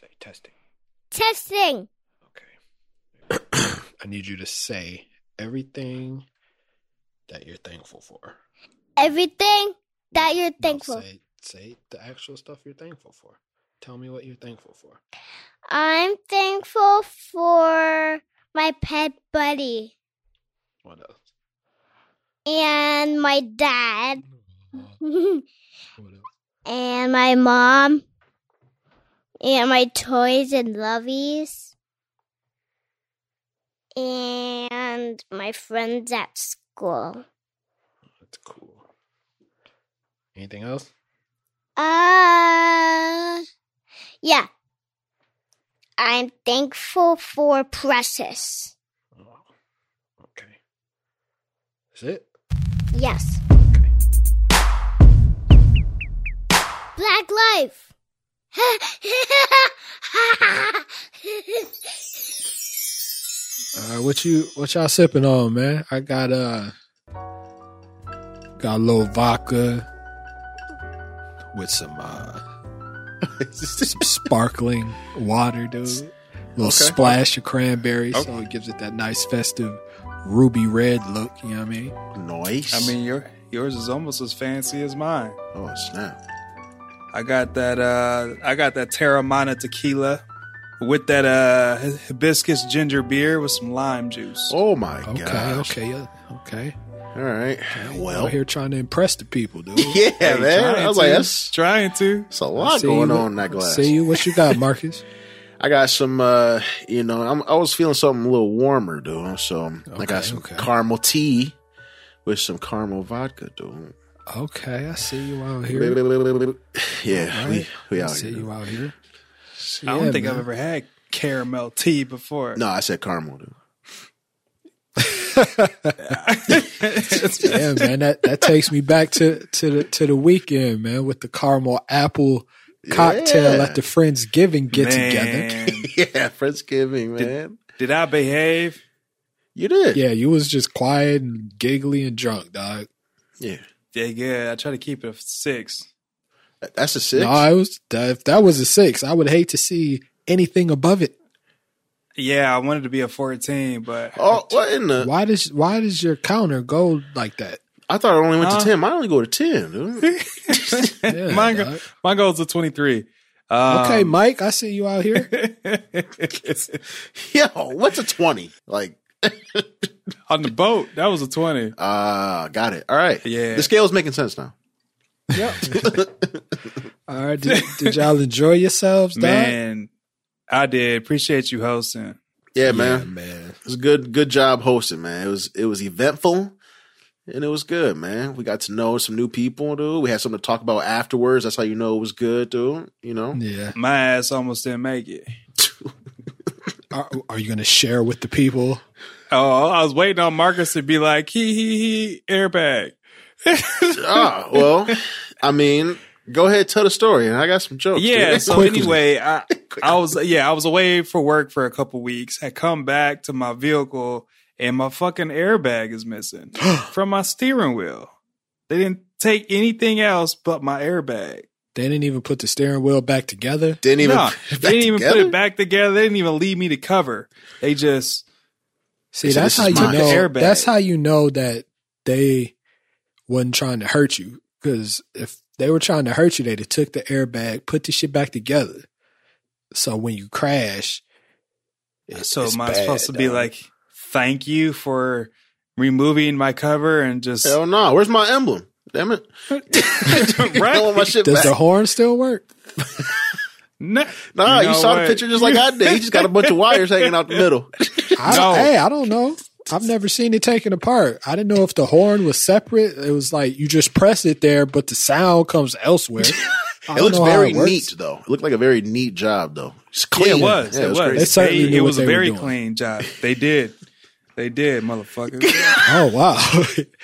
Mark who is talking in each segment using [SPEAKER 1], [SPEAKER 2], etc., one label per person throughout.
[SPEAKER 1] Say testing.
[SPEAKER 2] Testing.
[SPEAKER 1] Okay. I need you to say everything that you're thankful for.
[SPEAKER 2] Everything that you're
[SPEAKER 1] No,
[SPEAKER 2] thankful.
[SPEAKER 1] say, say the actual stuff you're thankful for. Tell me what you're thankful for.
[SPEAKER 2] I'm thankful for my pet buddy
[SPEAKER 1] What else?
[SPEAKER 2] and my dad
[SPEAKER 1] What else?
[SPEAKER 2] and my mom and my toys and lovies and my friends at school.
[SPEAKER 1] That's cool. Anything else?
[SPEAKER 2] Uh, yeah. I'm thankful for Precious.
[SPEAKER 1] Oh, okay. That's it.
[SPEAKER 2] Yes.
[SPEAKER 1] Okay.
[SPEAKER 2] Black life.
[SPEAKER 1] Uh, what you what y'all sipping on, man? I got uh got a little vodka with some uh some sparkling water, dude. little
[SPEAKER 3] Okay. Oh.
[SPEAKER 1] splash of cranberry, so
[SPEAKER 3] Okay.
[SPEAKER 1] it gives it that nice festive ruby red look. You know what I mean?
[SPEAKER 3] Nice.
[SPEAKER 4] I mean, your yours is almost as fancy as mine.
[SPEAKER 3] oh snap!
[SPEAKER 4] I got that. uh I got that Terramana tequila with that uh hibiscus ginger beer with some lime juice.
[SPEAKER 3] Oh my
[SPEAKER 1] Okay,
[SPEAKER 3] god.
[SPEAKER 1] okay, yeah, okay.
[SPEAKER 3] All right.
[SPEAKER 1] Well,
[SPEAKER 3] Well,
[SPEAKER 1] out here trying to impress the people, dude.
[SPEAKER 3] yeah, man.
[SPEAKER 4] trying
[SPEAKER 3] I was
[SPEAKER 4] to,
[SPEAKER 3] like, that's,
[SPEAKER 4] trying to.
[SPEAKER 3] that's a
[SPEAKER 1] I
[SPEAKER 3] lot
[SPEAKER 1] see
[SPEAKER 3] going
[SPEAKER 1] you.
[SPEAKER 3] on in that glass.
[SPEAKER 1] See you. What you got, Marcus?
[SPEAKER 3] I got some, uh, you know, I'm, I was feeling something a little warmer, dude. So I
[SPEAKER 1] Okay,
[SPEAKER 3] got some
[SPEAKER 1] okay.
[SPEAKER 3] caramel tea with some caramel vodka, dude.
[SPEAKER 1] okay, I see you out here.
[SPEAKER 3] Yeah, we,
[SPEAKER 1] Right?
[SPEAKER 3] we
[SPEAKER 1] I
[SPEAKER 3] out
[SPEAKER 1] see
[SPEAKER 3] here.
[SPEAKER 1] you out here.
[SPEAKER 4] I don't
[SPEAKER 1] Yeah,
[SPEAKER 4] think
[SPEAKER 1] man.
[SPEAKER 4] I've ever had caramel tea before.
[SPEAKER 3] No, I said caramel, dude.
[SPEAKER 1] yeah, man, that, that takes me back to, to the to the weekend, man, with the caramel apple cocktail
[SPEAKER 3] Yeah.
[SPEAKER 1] at the Friendsgiving get together.
[SPEAKER 4] Man,
[SPEAKER 3] Yeah, Friendsgiving, man.
[SPEAKER 4] Did I behave?
[SPEAKER 3] You did.
[SPEAKER 1] Yeah, you was just quiet and giggly and drunk, dog.
[SPEAKER 3] Yeah.
[SPEAKER 4] Yeah, yeah. I try to keep it a six.
[SPEAKER 3] That's a six.
[SPEAKER 1] No, I was that, if that was a six, I would hate to see anything above it.
[SPEAKER 4] Yeah, I wanted to be a fourteen, but
[SPEAKER 3] oh, what in
[SPEAKER 4] Uh.
[SPEAKER 3] the?
[SPEAKER 1] Why does why does your counter go like that?
[SPEAKER 3] I thought it only went
[SPEAKER 4] Huh?
[SPEAKER 3] to 10. Mine only go to 10, dude.
[SPEAKER 1] Yeah,
[SPEAKER 4] mine, go,
[SPEAKER 1] dog.
[SPEAKER 4] mine goes to twenty three. Um,
[SPEAKER 1] okay, Mike, I see you out here.
[SPEAKER 3] Yo, what's a 20? Like,
[SPEAKER 4] on the boat. That was a twenty.
[SPEAKER 3] ah, got it. All right.
[SPEAKER 4] Yeah.
[SPEAKER 3] The scale's making sense now.
[SPEAKER 1] yep. All right, did, did y'all enjoy yourselves, dog?
[SPEAKER 4] Man, I did. Appreciate you hosting.
[SPEAKER 3] Yeah, man.
[SPEAKER 1] man.
[SPEAKER 3] It was good good job hosting, man. It was it was eventful and it was good, man. We got to know some new people, dude. We had something to talk about afterwards. That's how you know it was good, dude. You know?
[SPEAKER 1] Yeah.
[SPEAKER 4] My ass almost didn't make it.
[SPEAKER 1] Are, are you going to share with the people?
[SPEAKER 4] Oh, I was waiting on Marcus to be like, he he he, airbag.
[SPEAKER 3] ah, well, I mean, go ahead, tell the story, and I got some jokes.
[SPEAKER 4] Yeah.
[SPEAKER 3] dude.
[SPEAKER 4] So
[SPEAKER 1] Quickly.
[SPEAKER 4] anyway, I I was yeah I was away for work for a couple weeks. Had come back to my vehicle and my fucking airbag is missing from my steering wheel. They didn't take anything else but my airbag.
[SPEAKER 1] They didn't even put the steering wheel back together.
[SPEAKER 3] didn't even,
[SPEAKER 4] Nah, they
[SPEAKER 3] back
[SPEAKER 4] didn't even put
[SPEAKER 3] together?
[SPEAKER 4] it back together. They didn't even leave me to cover. They just
[SPEAKER 1] See,
[SPEAKER 3] So
[SPEAKER 1] that's
[SPEAKER 3] this
[SPEAKER 1] how
[SPEAKER 3] is
[SPEAKER 1] you
[SPEAKER 3] mine.
[SPEAKER 1] know.
[SPEAKER 4] Airbag.
[SPEAKER 1] That's how you know that they wasn't trying to hurt you. Because if they were trying to hurt you, they'd have took the airbag, put the shit back together. So when you crash, it-
[SPEAKER 4] so
[SPEAKER 1] it's
[SPEAKER 4] am I
[SPEAKER 1] bad,
[SPEAKER 4] supposed to be
[SPEAKER 1] dog.
[SPEAKER 4] like, thank you for removing my cover and just
[SPEAKER 3] Hell no! Where's my emblem? Damn it! I want my
[SPEAKER 4] right?
[SPEAKER 3] shit
[SPEAKER 1] Does
[SPEAKER 3] back.
[SPEAKER 1] the horn still work?
[SPEAKER 4] No,
[SPEAKER 3] nah, you,
[SPEAKER 4] know
[SPEAKER 3] saw
[SPEAKER 4] what?
[SPEAKER 3] the picture just like I did. He just got a bunch of wires hanging out the middle.
[SPEAKER 1] I,
[SPEAKER 4] No.
[SPEAKER 1] Hey, I don't know. I've never seen it taken apart. I didn't know if the horn was separate. It was like you just press it there, but the sound comes elsewhere. I
[SPEAKER 3] It
[SPEAKER 1] don't
[SPEAKER 3] looks
[SPEAKER 1] know how
[SPEAKER 3] very
[SPEAKER 1] works.
[SPEAKER 3] neat, though. It looked like a very neat job, though. It's
[SPEAKER 4] Yeah,
[SPEAKER 3] clean.
[SPEAKER 4] it was.
[SPEAKER 3] Yeah,
[SPEAKER 4] it was.
[SPEAKER 3] crazy.
[SPEAKER 1] They certainly
[SPEAKER 4] They- it
[SPEAKER 1] knew
[SPEAKER 4] was
[SPEAKER 1] what
[SPEAKER 4] a
[SPEAKER 1] they were
[SPEAKER 4] very
[SPEAKER 1] doing.
[SPEAKER 4] clean job. They did. They did, motherfucker.
[SPEAKER 1] Oh wow.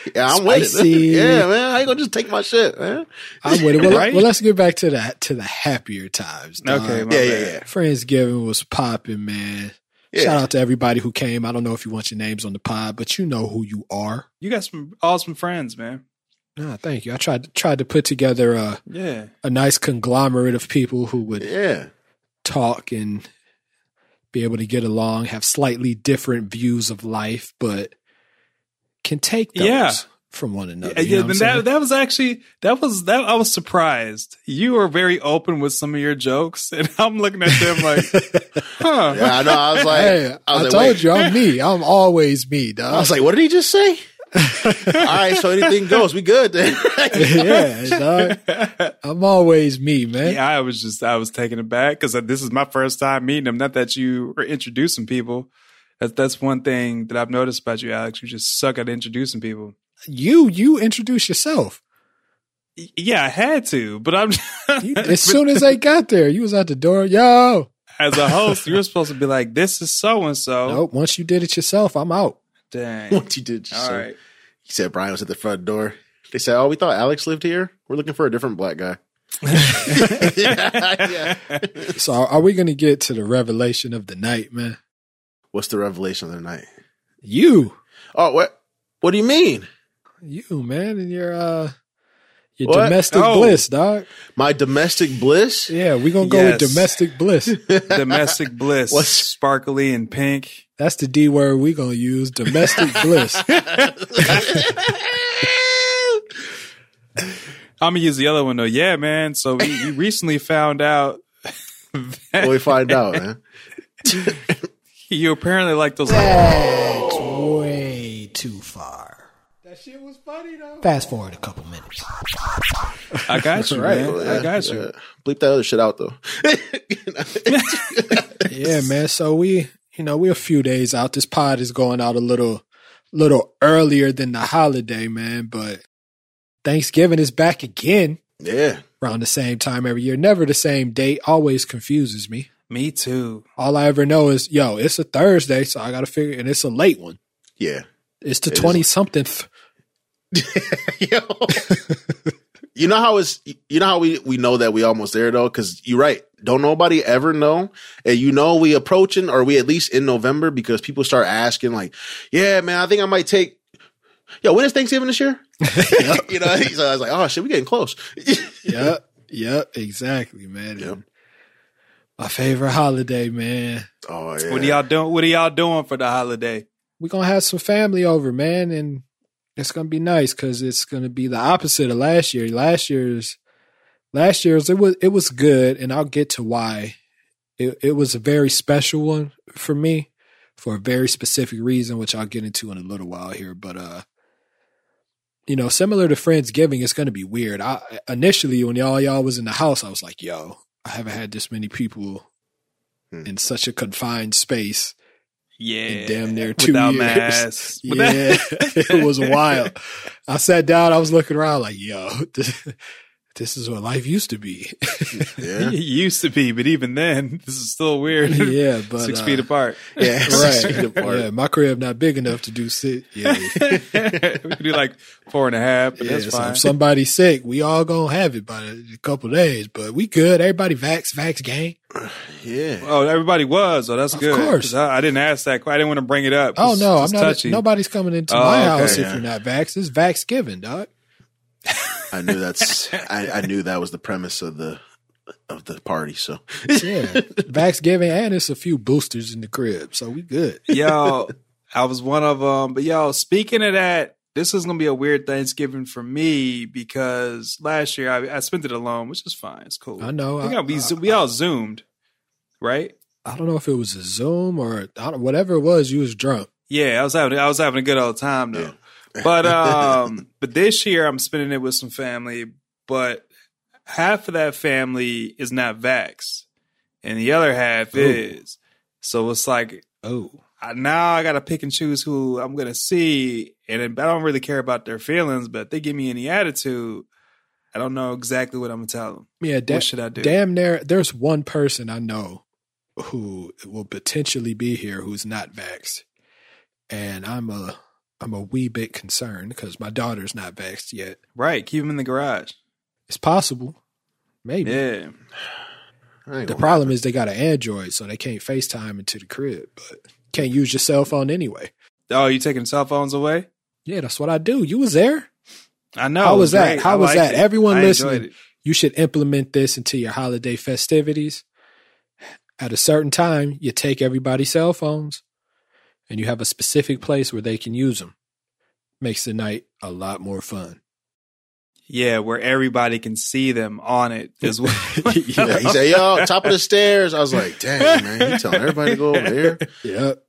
[SPEAKER 3] Yeah, I'm with it.
[SPEAKER 1] Spicy.
[SPEAKER 3] yeah, man. How you gonna just take my shit, man?
[SPEAKER 1] I'm with it. Well,
[SPEAKER 4] Right?
[SPEAKER 1] well, let's get back to that to the happier times. dog.
[SPEAKER 4] Okay, my
[SPEAKER 3] yeah, yeah,
[SPEAKER 4] bad.
[SPEAKER 3] yeah,
[SPEAKER 1] Friendsgiving was popping, man.
[SPEAKER 3] yeah.
[SPEAKER 1] Shout out to everybody who came. I don't know if you want your names on the pod, but you know who you are.
[SPEAKER 4] You got some awesome friends, man.
[SPEAKER 1] Nah, thank you. I tried tried to put together a,
[SPEAKER 4] Yeah.
[SPEAKER 1] a nice conglomerate of people who would
[SPEAKER 3] Yeah,
[SPEAKER 1] talk and be able to get along, have slightly different views of life, but can take those
[SPEAKER 4] Yeah.
[SPEAKER 1] from one another.
[SPEAKER 4] Yeah,
[SPEAKER 1] you know
[SPEAKER 4] yeah
[SPEAKER 1] what I'm
[SPEAKER 4] then
[SPEAKER 1] saying?
[SPEAKER 4] that that was actually that was that I was surprised. You were very open with some of your jokes, and I'm looking at them like, huh?
[SPEAKER 3] Yeah, I know. I was like,
[SPEAKER 1] hey,
[SPEAKER 3] I
[SPEAKER 1] I,
[SPEAKER 3] was like,
[SPEAKER 1] told
[SPEAKER 3] wait.
[SPEAKER 1] you, I'm me. I'm always me, dog.
[SPEAKER 3] I was like, what did he just say? All right, so anything goes. We good then.
[SPEAKER 1] yeah, dog. I'm always me, man.
[SPEAKER 4] Yeah, I was just I was taken aback because this is my first time meeting them. Not that you are introducing people. That's that's one thing that I've noticed about you, Alex. You just suck at introducing people.
[SPEAKER 1] You you introduce yourself.
[SPEAKER 4] Y- Yeah, I had to, but I'm
[SPEAKER 1] You- as soon as they got there, you was out the door. Yo,
[SPEAKER 4] as a host, you're supposed to be like, "This is so and so."
[SPEAKER 1] nope. Once you did it yourself, I'm out.
[SPEAKER 4] Dang.
[SPEAKER 3] what you did just
[SPEAKER 4] All
[SPEAKER 3] say.
[SPEAKER 4] right.
[SPEAKER 3] He said Brian was at the front door. They said, "Oh, we thought Alex lived here. We're looking for a different black guy." Yeah, yeah.
[SPEAKER 1] So, are are we gonna get to the revelation of the night, man?
[SPEAKER 3] What's the revelation of the night?
[SPEAKER 1] You,
[SPEAKER 3] Oh, what? What do you mean?
[SPEAKER 1] you, man, and your uh, your
[SPEAKER 3] What?
[SPEAKER 1] domestic
[SPEAKER 4] Oh.
[SPEAKER 1] bliss, dog.
[SPEAKER 3] My domestic bliss?
[SPEAKER 1] Yeah, we gonna go
[SPEAKER 4] Yes.
[SPEAKER 1] with domestic bliss.
[SPEAKER 4] Domestic bliss,
[SPEAKER 3] What's-
[SPEAKER 4] sparkly and pink.
[SPEAKER 1] That's the D word we gonna use. Domestic bliss.
[SPEAKER 4] I'm gonna use the other one though. Yeah, man. So we, we recently found out
[SPEAKER 3] What we find out, man.
[SPEAKER 4] you apparently like those.
[SPEAKER 5] That's way too far.
[SPEAKER 1] That shit was funny though.
[SPEAKER 5] Fast forward a couple minutes.
[SPEAKER 4] I got you,
[SPEAKER 1] Right.
[SPEAKER 4] man. I got you.
[SPEAKER 3] Yeah. Bleep that other shit out though.
[SPEAKER 1] Yeah, man. So we, you know, we're a few days out. This pod is going out a little, little earlier than the holiday, man. But Thanksgiving is back again
[SPEAKER 3] yeah.
[SPEAKER 1] around the same time every year. Never the same date. Always confuses me.
[SPEAKER 4] Me too.
[SPEAKER 1] All I ever know is, yo, it's a Thursday, so I gotta figure, and it's a late one.
[SPEAKER 3] Yeah.
[SPEAKER 1] It's the
[SPEAKER 3] It is.
[SPEAKER 1] twenty somethingth.
[SPEAKER 3] Yo. you know how it's you know how we we know that we almost there though because you're right don't nobody ever know and you know we approaching or we at least in november because people start asking like yeah man i think i might take yo when is thanksgiving this year you know so i was like oh shit we getting close
[SPEAKER 1] Yep, yep, exactly, man.
[SPEAKER 3] Yep.
[SPEAKER 1] My favorite holiday, man.
[SPEAKER 3] oh yeah
[SPEAKER 4] What are y'all doing? What are y'all doing for the holiday?
[SPEAKER 1] we're gonna have some family over, man, and it's gonna be nice because it's gonna be the opposite of last year. Last year's last year's it was it was good, and I'll get to why. It it was a very special one for me for a very specific reason, which I'll get into in a little while here. But uh you know, similar to Friendsgiving, it's gonna be weird. I initially when y'all y'all was in the house, I was like, yo, I haven't had this many people
[SPEAKER 3] Hmm.
[SPEAKER 1] in such a confined space.
[SPEAKER 4] Yeah,
[SPEAKER 1] damn near two
[SPEAKER 4] Eh, without
[SPEAKER 1] years.
[SPEAKER 4] masks. Without-
[SPEAKER 1] Yeah, it was wild. I sat down. I was looking around like, yo, this, this is what life used to be.
[SPEAKER 3] yeah
[SPEAKER 4] It used to be, but even then, this is still weird.
[SPEAKER 1] yeah, but
[SPEAKER 4] Six
[SPEAKER 1] uh,
[SPEAKER 4] feet apart.
[SPEAKER 3] yeah Six feet
[SPEAKER 1] Right.
[SPEAKER 3] apart.
[SPEAKER 1] Yeah, my crib not big enough to do sit. Yeah,
[SPEAKER 4] we could do like four and a half, but
[SPEAKER 1] yeah.
[SPEAKER 4] that's
[SPEAKER 1] So
[SPEAKER 4] fine.
[SPEAKER 1] if somebody's sick, we all gonna have it by a couple days. But we good. Everybody vax, vax gang.
[SPEAKER 3] yeah
[SPEAKER 4] Oh, everybody was. Oh, that's
[SPEAKER 1] Of
[SPEAKER 4] good. 'Cause
[SPEAKER 1] course.
[SPEAKER 4] I, I didn't ask that. que- I didn't want to bring it up.
[SPEAKER 1] Oh
[SPEAKER 4] 'cause
[SPEAKER 1] no, I'm
[SPEAKER 4] it's
[SPEAKER 1] not.
[SPEAKER 4] touchy.
[SPEAKER 1] Nobody's coming into
[SPEAKER 4] Oh,
[SPEAKER 1] my
[SPEAKER 4] okay,
[SPEAKER 1] house if
[SPEAKER 3] yeah.
[SPEAKER 1] you're not vaxxed. It's vax given, dog.
[SPEAKER 3] i knew that's I, I knew that was the premise of the of the party so
[SPEAKER 1] Yeah, vax given, and it's a few boosters in the crib, so we good.
[SPEAKER 4] yo, I was one of them. But yo, speaking of that, this is gonna be a weird Thanksgiving for me because last year I, I spent it alone, which is fine. It's cool.
[SPEAKER 1] I know.
[SPEAKER 4] I think
[SPEAKER 1] I- uh,
[SPEAKER 4] I'll be,
[SPEAKER 1] I-
[SPEAKER 4] zo- we all zoomed, right?
[SPEAKER 1] I don't know if it was a Zoom or I don't, whatever it was. You was drunk.
[SPEAKER 4] Yeah, I was having I was having a good old time though. But um, but this year I'm spending it with some family. But half of that family is not vaxxed, and the other half
[SPEAKER 1] Ooh.
[SPEAKER 4] is. So it's like
[SPEAKER 1] Oh,
[SPEAKER 4] I, now I got to pick and choose who I'm going to see. And I don't really care about their feelings, but if they give me any attitude, I don't know exactly what I'm going to tell them.
[SPEAKER 1] yeah. da-
[SPEAKER 4] what should I do?
[SPEAKER 1] damn near. There's one person I know who will potentially be here who's not vaxxed, and I'm a I'm a wee bit concerned because my daughter's not vaxxed yet.
[SPEAKER 4] Right. Keep them in the garage.
[SPEAKER 1] It's possible, maybe.
[SPEAKER 4] Yeah.
[SPEAKER 3] I ain't
[SPEAKER 1] The
[SPEAKER 3] gonna-
[SPEAKER 1] problem is they got an Android, so they can't FaceTime into the crib, but can't use your cell phone anyway.
[SPEAKER 4] Oh, you taking cell phones away?
[SPEAKER 1] Yeah, that's what I do. You was there.
[SPEAKER 4] I know.
[SPEAKER 1] How
[SPEAKER 4] it
[SPEAKER 1] was that?
[SPEAKER 4] great.
[SPEAKER 1] How
[SPEAKER 4] I
[SPEAKER 1] was
[SPEAKER 4] liked
[SPEAKER 1] that?
[SPEAKER 4] it.
[SPEAKER 1] Everyone
[SPEAKER 4] I enjoyed
[SPEAKER 1] listening,
[SPEAKER 4] it.
[SPEAKER 1] you should implement this into your holiday festivities. At a certain time, you take everybody's cell phones and you have a specific place where they can use them. Makes the night a lot more fun.
[SPEAKER 4] Yeah, where everybody can see them on it as well.
[SPEAKER 3] Yeah, he said, "Yo, top of the stairs." I was like, "Dang, man, you telling everybody to go over there?"
[SPEAKER 1] Yep.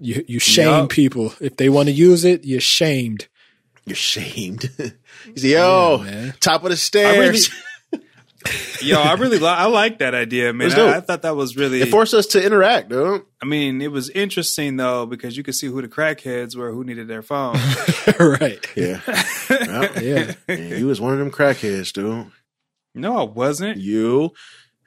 [SPEAKER 1] You you shame
[SPEAKER 4] Yup.
[SPEAKER 1] people. If they want to use it, you're shamed.
[SPEAKER 3] You're shamed. he said, "Yo,
[SPEAKER 1] Yeah, man.
[SPEAKER 3] top of the stairs."
[SPEAKER 4] Yo, I really li- I like that idea, man.
[SPEAKER 3] was dope.
[SPEAKER 4] I, I thought that was really.
[SPEAKER 3] it forced us to interact, dude.
[SPEAKER 4] I mean, it was interesting though because you could see who the crackheads were who needed their phone.
[SPEAKER 1] right.
[SPEAKER 3] Yeah, yeah.
[SPEAKER 1] Yeah.
[SPEAKER 3] Man, you was one of them crackheads, dude.
[SPEAKER 4] no, I wasn't.
[SPEAKER 3] You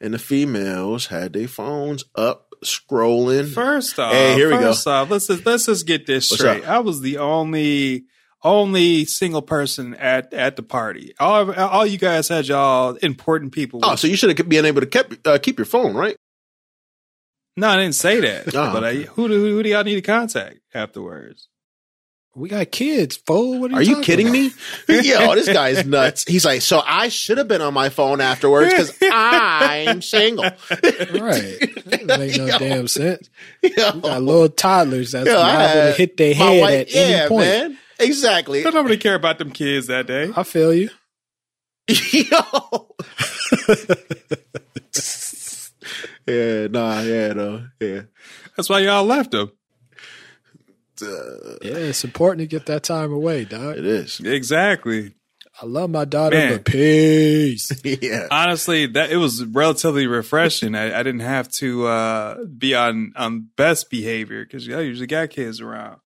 [SPEAKER 3] and the females had their phones up, scrolling.
[SPEAKER 4] First off,
[SPEAKER 3] Hey, here we go.
[SPEAKER 4] first off, let's just, let's just get this
[SPEAKER 3] What's
[SPEAKER 4] straight.
[SPEAKER 3] up?
[SPEAKER 4] I was the only only single person at at the party. All all you guys had y'all important people.
[SPEAKER 3] Oh, so you should have been able to keep uh, keep your phone, right?
[SPEAKER 4] no, I didn't say that.
[SPEAKER 3] Oh,
[SPEAKER 4] but I,
[SPEAKER 3] okay.
[SPEAKER 4] who do who do y'all need to contact afterwards?
[SPEAKER 1] We got kids, fool. What are you
[SPEAKER 3] Are you
[SPEAKER 1] talking
[SPEAKER 3] kidding
[SPEAKER 1] about?
[SPEAKER 3] me? Yo, this guy's nuts. He's like, so I should have been on my phone afterwards because I'm single.
[SPEAKER 1] Right. That make no
[SPEAKER 3] Yo.
[SPEAKER 1] damn sense.
[SPEAKER 3] Yo.
[SPEAKER 1] We got little toddlers that's
[SPEAKER 3] Yo, I
[SPEAKER 1] liable to
[SPEAKER 3] had
[SPEAKER 1] hit their
[SPEAKER 3] my
[SPEAKER 1] head
[SPEAKER 3] wife-
[SPEAKER 1] at any point.
[SPEAKER 3] man. Exactly.
[SPEAKER 4] Don't nobody care about them kids that day.
[SPEAKER 1] I feel you.
[SPEAKER 3] Yo. yeah, nah, yeah, no, yeah.
[SPEAKER 4] That's why y'all left them.
[SPEAKER 3] Uh,
[SPEAKER 1] Yeah, it's important to get that time away, dog.
[SPEAKER 3] it is.
[SPEAKER 4] Exactly.
[SPEAKER 1] I love my daughter,
[SPEAKER 4] Man.
[SPEAKER 1] but peace.
[SPEAKER 3] Yeah.
[SPEAKER 4] Honestly, that it was relatively refreshing. I, I didn't have to uh, be on on best behavior because I usually got kids around.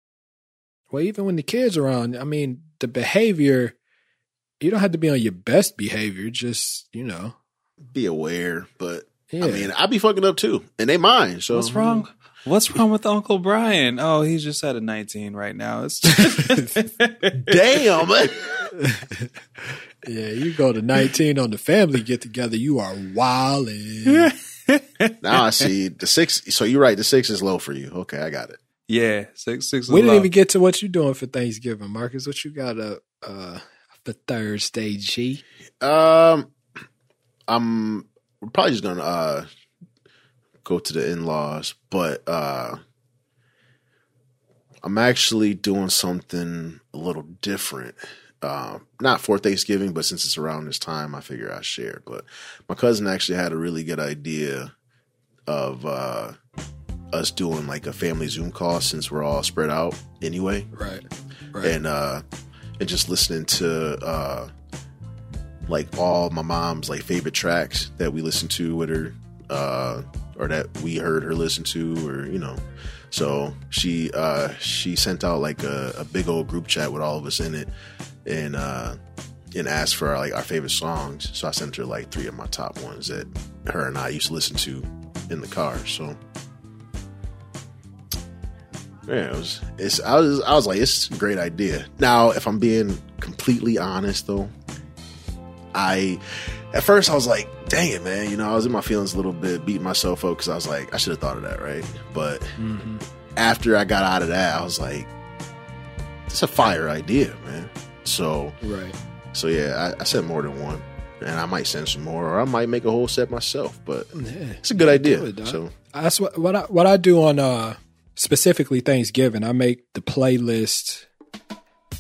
[SPEAKER 1] Well, even when the kids are on, I mean, the behavior, you don't have to be on your best behavior. Just, you know,
[SPEAKER 3] Be aware, but
[SPEAKER 1] yeah.
[SPEAKER 3] I mean, I be fucking up too, and they mine. So
[SPEAKER 4] What's wrong? What's wrong with Uncle Brian? Oh, he's just at a nineteen right now. It's
[SPEAKER 3] Damn.
[SPEAKER 1] yeah, you go to 19 on the family get together, you are wildin'.
[SPEAKER 3] now I see the six. So you're right. The six is low for you. Okay, I got it.
[SPEAKER 4] yeah, six six. is
[SPEAKER 1] we didn't
[SPEAKER 4] low.
[SPEAKER 1] even get to what you doing for Thanksgiving, Marcus. What you got up uh, for Thursday, G?
[SPEAKER 3] Um, I'm we're probably just gonna uh go to the in laws, but uh, I'm actually doing something a little different. Uh, not for Thanksgiving, but since it's around this time, I figure I share. But my cousin actually had a really good idea of uh, us doing like a family Zoom call since we're all spread out anyway
[SPEAKER 1] Right.
[SPEAKER 3] and uh and just listening to uh like all my mom's like favorite tracks that we listened to with her uh or that we heard her listen to or you know so she uh she sent out like a, a big old group chat with all of us in it and uh and asked for like our favorite songs so i sent her like three of my top ones that her and i used to listen to in the car so yeah, it was. It's. I was. I was like, it's a great idea. Now, if I'm being completely honest, though, I at first I was like, dang it, man. You know, I was in my feelings a little bit, beating myself up because I was like, I should have thought of that, right? But
[SPEAKER 1] Mhm.
[SPEAKER 3] after I got out of that, I was like, it's a fire idea, man. So,
[SPEAKER 1] Right.
[SPEAKER 3] so yeah, I, I sent more than one, and I might send some more, or I might make a whole set myself. But
[SPEAKER 1] Yeah.
[SPEAKER 3] it's a good idea.
[SPEAKER 1] it, dog.
[SPEAKER 3] so,
[SPEAKER 1] That's what what I what I do on uh specifically Thanksgiving. I make the playlist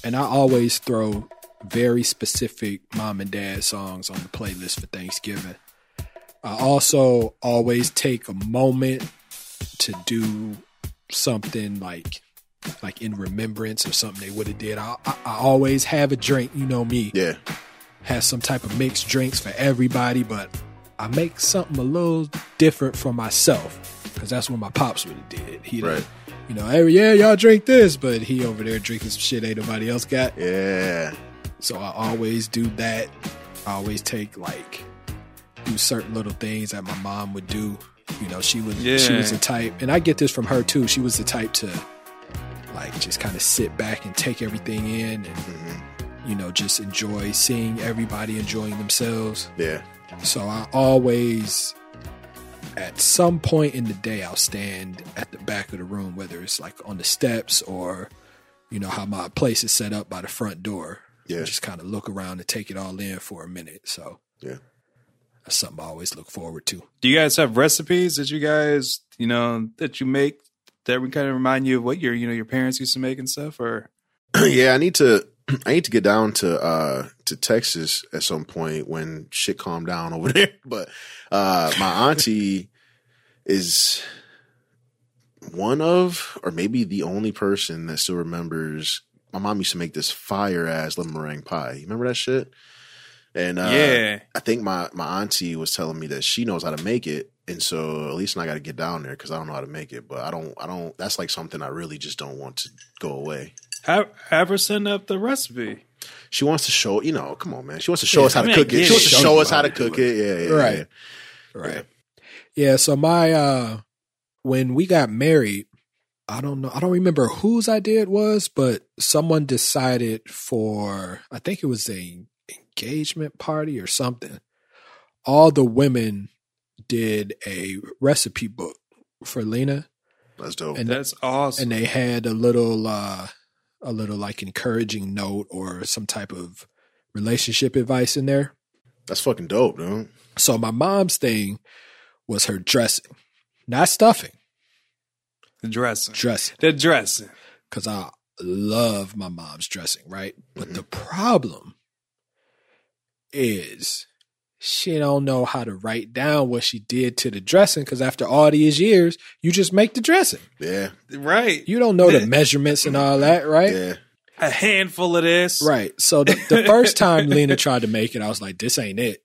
[SPEAKER 1] and I always throw very specific mom and dad songs on the playlist for Thanksgiving. I also always take a moment to do something like like in remembrance of something they would have did. I, I, I always have a drink, you know me
[SPEAKER 3] yeah,
[SPEAKER 1] has some type of mixed drinks for everybody, but I make something a little different for myself because that's what my pops would have did. He,
[SPEAKER 3] Right.
[SPEAKER 1] you know, every yeah, y'all drink this, but he over there drinking some shit ain't nobody else got.
[SPEAKER 3] yeah,
[SPEAKER 1] So I always do that. I always take like do certain little things that my mom would do. You know, she was she was
[SPEAKER 4] Yeah.
[SPEAKER 1] the type, and I get this from her too. She was the type to like just kind of sit back and take everything in, and you know, just enjoy seeing everybody enjoying themselves.
[SPEAKER 3] yeah.
[SPEAKER 1] So I always, at some point in the day, I'll stand at the back of the room, whether it's like on the steps or, you know, how my place is set up by the front door.
[SPEAKER 3] Yeah.
[SPEAKER 1] Just kind of look around and take it all in for a minute. So
[SPEAKER 3] Yeah.
[SPEAKER 1] That's something I always look forward to.
[SPEAKER 4] Do you guys have recipes that you guys, you know, that you make that would kind of remind you of what your, you know, your parents used to make and stuff? Or
[SPEAKER 3] yeah, I need to I need to get down to uh to Texas at some point when shit calm down over there. But uh my auntie is one of or maybe the only person that still remembers my mom used to make this fire ass lemon meringue pie. You remember that shit? And uh
[SPEAKER 4] yeah,
[SPEAKER 3] I think my my auntie was telling me that she knows how to make it, and so at least I got to get down there because I don't know how to make it. But I don't, I don't. That's like something I really just don't want to go away.
[SPEAKER 4] have, have her send up the recipe.
[SPEAKER 3] She wants to show, you know, come on, man. She wants to show us how
[SPEAKER 4] I
[SPEAKER 3] to
[SPEAKER 4] mean, I
[SPEAKER 3] cook it.
[SPEAKER 4] get
[SPEAKER 3] She
[SPEAKER 4] it.
[SPEAKER 3] wants to
[SPEAKER 1] Show
[SPEAKER 3] show
[SPEAKER 1] you
[SPEAKER 3] us
[SPEAKER 1] how
[SPEAKER 3] how to
[SPEAKER 1] to
[SPEAKER 3] cook it. Yeah, yeah,
[SPEAKER 1] Right.
[SPEAKER 3] yeah.
[SPEAKER 1] Right. Yeah. So my uh when we got married, I don't know I don't remember whose idea it was, but someone decided for I think it was a engagement party or something. All the women did a recipe book for Lena
[SPEAKER 3] That's dope.
[SPEAKER 1] and
[SPEAKER 4] That's awesome.
[SPEAKER 1] and they had a little uh a little like encouraging note or some type of relationship advice in there.
[SPEAKER 3] That's fucking dope, dude.
[SPEAKER 1] So my mom's thing was her dressing, not stuffing,
[SPEAKER 4] the dressing.
[SPEAKER 1] dressing.
[SPEAKER 4] The dressing.
[SPEAKER 1] because I love my mom's dressing, right? But the problem is she don't know how to write down what she did to the dressing because after all these years, you just make the dressing.
[SPEAKER 3] Yeah,
[SPEAKER 4] Right.
[SPEAKER 1] You don't know the measurements and all that, right?
[SPEAKER 3] yeah.
[SPEAKER 4] A handful of this.
[SPEAKER 1] Right. So the, the first time Lena tried to make it, I was like, this ain't it.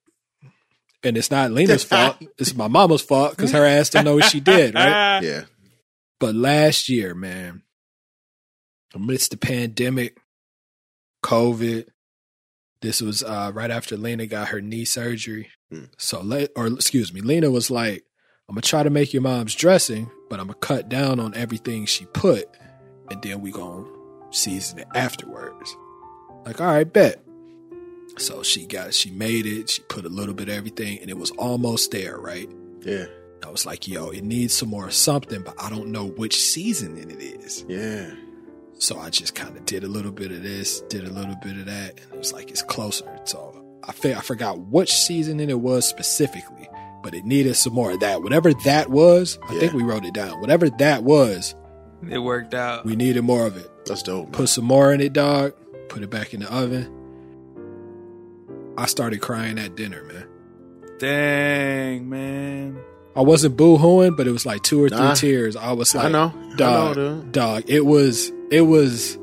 [SPEAKER 1] And it's not Lena's fault. It's my mama's fault because her ass didn't know what she did, right?
[SPEAKER 4] Ah,
[SPEAKER 3] Yeah,
[SPEAKER 1] But last year, man, amidst the pandemic, COVID, this was uh, right after Lena got her knee surgery.
[SPEAKER 3] Hmm.
[SPEAKER 1] So, le- or excuse me, Lena was like, I'm going to try to make your mom's dressing, but I'm going to cut down on everything she put, and then we going to season it afterwards. Like, all right, bet. So she got, she made it, she put a little bit of everything, and it was almost there, right?
[SPEAKER 3] yeah,
[SPEAKER 1] I was like, yo, it needs some more something, but I don't know which season it is.
[SPEAKER 3] yeah.
[SPEAKER 1] So I just kind of did a little bit of this, did a little bit of that, and it was like, it's closer. So I, fe- I forgot which season it was specifically, but it needed some more of that. Whatever that was, I think
[SPEAKER 3] Yeah.
[SPEAKER 1] we wrote it down. Whatever that was,
[SPEAKER 4] it worked out.
[SPEAKER 1] we needed more of it.
[SPEAKER 3] That's dope. man.
[SPEAKER 1] Put some more in it, dog. Put it back in the oven. I started crying at dinner, man.
[SPEAKER 4] Dang, man.
[SPEAKER 1] I wasn't boo hooing, but it was like two or three
[SPEAKER 3] Nah.
[SPEAKER 1] tears. I was like,
[SPEAKER 3] I know,
[SPEAKER 1] dog,
[SPEAKER 3] I know, dude.
[SPEAKER 1] dog. It was, it was,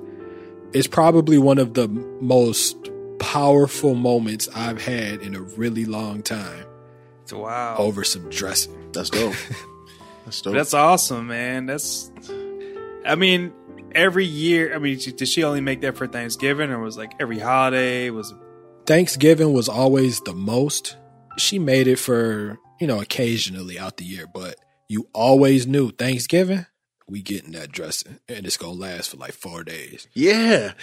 [SPEAKER 1] it's probably one of the most powerful moments I've had in a really long time
[SPEAKER 4] Wow.
[SPEAKER 1] over some dressing.
[SPEAKER 3] That's dope. That's dope.
[SPEAKER 4] That's awesome, man. That's, I mean, every year. I mean, she- did she only make that for Thanksgiving, or was like every holiday? Was
[SPEAKER 1] Thanksgiving was always the most. She made it for you know occasionally out the year, but you always knew Thanksgiving we getting that dressing, and it's gonna last for like four days.
[SPEAKER 3] yeah.